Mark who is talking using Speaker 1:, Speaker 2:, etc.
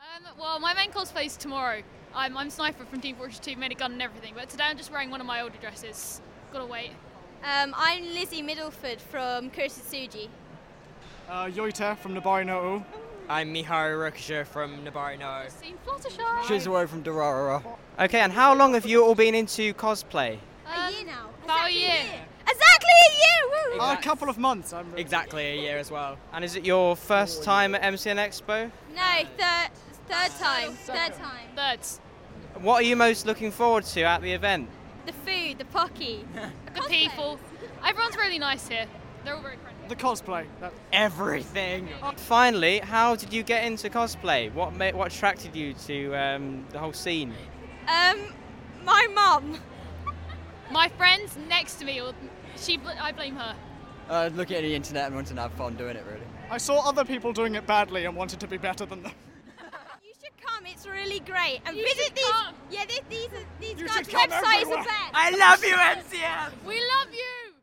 Speaker 1: Um, well, my main cosplay's tomorrow. I'm, I'm Sniper from Team Fortress 2, made a gun and everything, but today I'm just wearing one of my older dresses. Gotta wait.
Speaker 2: Um, I'm Lizzie Middleford from Kurisatsuji.
Speaker 3: Uh, Yoita from Nabari no O.
Speaker 4: I'm Miharu Rokisha from Nabari no.
Speaker 1: Seen Fluttershy! Um,
Speaker 5: Shizuru from Durarara.
Speaker 4: Okay, and how long have you all been into cosplay?
Speaker 2: a year now.
Speaker 1: about a
Speaker 2: exactly
Speaker 1: year.
Speaker 2: Um, Exactly a year. Woo.
Speaker 3: Uh, a couple of months. I'm
Speaker 4: Exactly a year as well. And is it your first time at MCN Expo?
Speaker 2: No, third, third time. Third time.
Speaker 1: Birds.
Speaker 4: What are you most looking forward to at the event?
Speaker 2: The food, the pocky.
Speaker 1: The people. Everyone's really nice here. They're all very friendly.
Speaker 3: The cosplay. That-
Speaker 4: Everything. Finally, how did you get into cosplay? What ma- what attracted you to um, the whole scene?
Speaker 2: Um, my mum.
Speaker 1: My friends next to me, or she, bl- I blame her.
Speaker 5: Uh, looking at the internet and wanting to have fun doing it, really.
Speaker 3: I saw other people doing it badly and wanted to be better than them.
Speaker 2: You should come. It's really great. And
Speaker 1: You
Speaker 2: visit
Speaker 1: should
Speaker 2: these.
Speaker 1: come.
Speaker 2: Yeah, these these, are- these
Speaker 3: You
Speaker 2: guys'
Speaker 3: should come
Speaker 2: websites are
Speaker 3: everywhere.
Speaker 2: best.
Speaker 4: I love you, MCN.
Speaker 1: We love you!